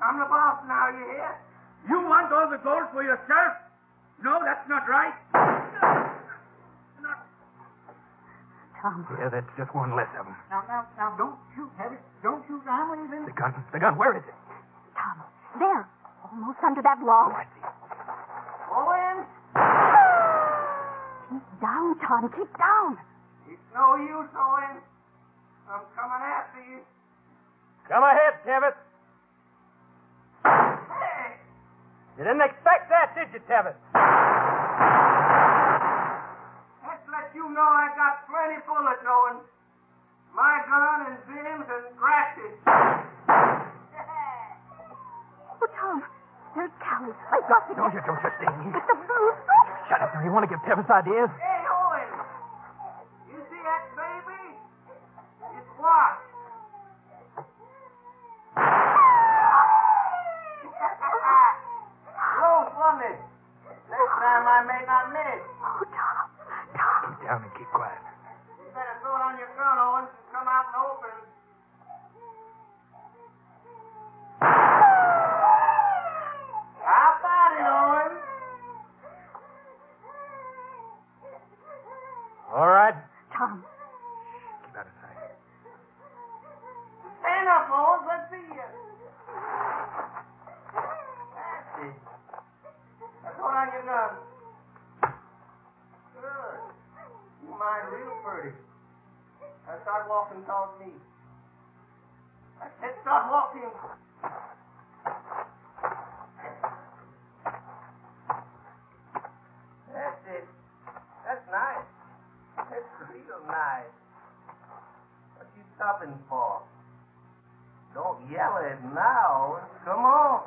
[SPEAKER 4] I'm the boss now, you hear? You want all the gold for yourself? No, that's not right.
[SPEAKER 5] Tom.
[SPEAKER 4] Yeah, that's just one less of them.
[SPEAKER 3] Now, now, now, don't shoot, Heavy. Don't shoot. I'm leaving.
[SPEAKER 4] The gun, the gun, where is it?
[SPEAKER 5] Tom. There. Almost under that log.
[SPEAKER 4] Oh, I see. it.
[SPEAKER 8] down, Tom. Keep down.
[SPEAKER 3] It's no use, Owen. I'm coming after you.
[SPEAKER 9] Come ahead, Tibbet.
[SPEAKER 3] Hey!
[SPEAKER 9] You didn't expect that, did you, Tibbet?
[SPEAKER 3] That lets you know I got plenty bullets, Owen. My gun and Zim's and Grash's.
[SPEAKER 8] Oh, Tom, there's Callie. I've got to
[SPEAKER 4] Don't you do Christine.
[SPEAKER 8] It's the blue.
[SPEAKER 4] Shut up. Do you want to give Tibbetts ideas?
[SPEAKER 3] Hey, Owen! You see that baby? It's washed. Close, wasn't it? Next time I may not miss.
[SPEAKER 8] Oh, Tom. Tom.
[SPEAKER 4] Keep down and keep quiet.
[SPEAKER 3] You better throw it on your gun, Owen, and come out in the open. How about it, Owen?
[SPEAKER 4] All right.
[SPEAKER 8] Tom.
[SPEAKER 4] Keep out of sight.
[SPEAKER 3] Stand up, Owen. Let's see you. That's it. Now throw down your gun. Good. You mind real pretty. Now start walking toward me. I said start walking. That's it. That's nice. That's real nice. What you stopping for? Don't yell it now. Come on.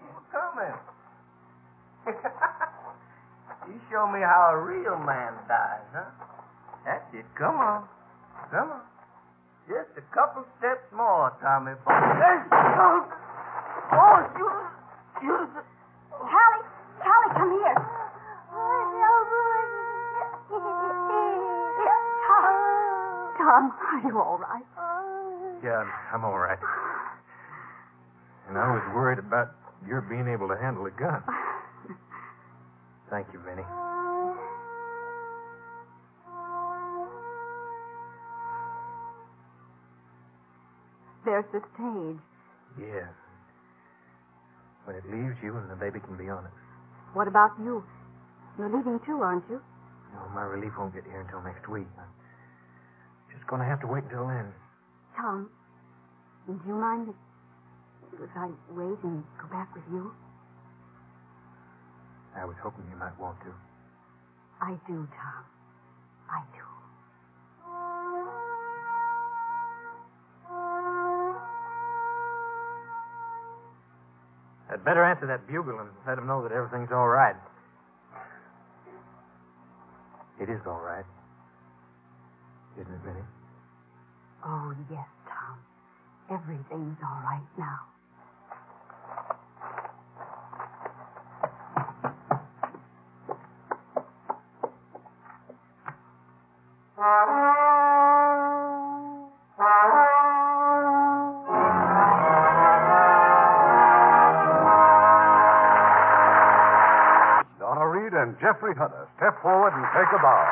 [SPEAKER 3] You coming? you show me how a real man dies, huh? That's it. Come on. Come on. Just a couple steps more, Tommy. boy. Hey! Oh, oh you, you,
[SPEAKER 8] Callie. Callie, come here. Tom. Tom, are you all right?
[SPEAKER 4] Yeah, I'm- I'm all right. And I was worried about your being able to handle a gun. Thank you, Vinny.
[SPEAKER 8] There's the stage.
[SPEAKER 4] Yeah. When it leaves you and the baby can be on it.
[SPEAKER 8] What about you? You're leaving too, aren't you?
[SPEAKER 4] No, my relief won't get here until next week. I'm just going to have to wait until then.
[SPEAKER 8] Tom, do you mind if, if I wait and go back with you?
[SPEAKER 4] I was hoping you might want to.
[SPEAKER 8] I do, Tom. I do.
[SPEAKER 4] I'd better answer that bugle and let him know that everything's all right. It is all right. Isn't it, Vinny?
[SPEAKER 8] Oh, yes, Tom. Everything's all right now.
[SPEAKER 2] Donna Reed and Jeffrey Hunter step forward and take a bow.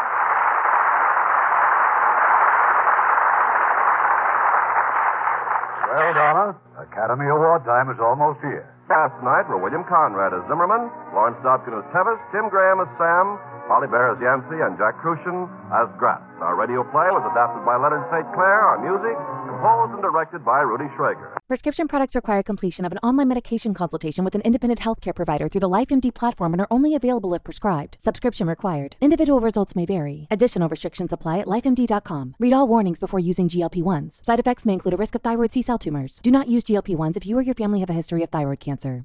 [SPEAKER 2] Well, Donna, Academy Award time is almost here.
[SPEAKER 1] Cast tonight were William Conrad as Zimmerman, Lawrence Dobkin as Tevis, Tim Graham as Sam, Molly Bear as Yancey, and Jack Crucian as Gratz. Our radio play was adapted by Leonard St. Clair. Our music, composed and directed by Rudy Schrager.
[SPEAKER 10] Prescription products require completion of an online medication consultation with an independent healthcare provider through the LifeMD platform and are only available if prescribed. Subscription required. Individual results may vary. Additional restrictions apply at lifemd.com. Read all warnings before using GLP-1s. Side effects may include a risk of thyroid C-cell tumors. Do not use GLP-1s if you or your family have a history of thyroid cancer.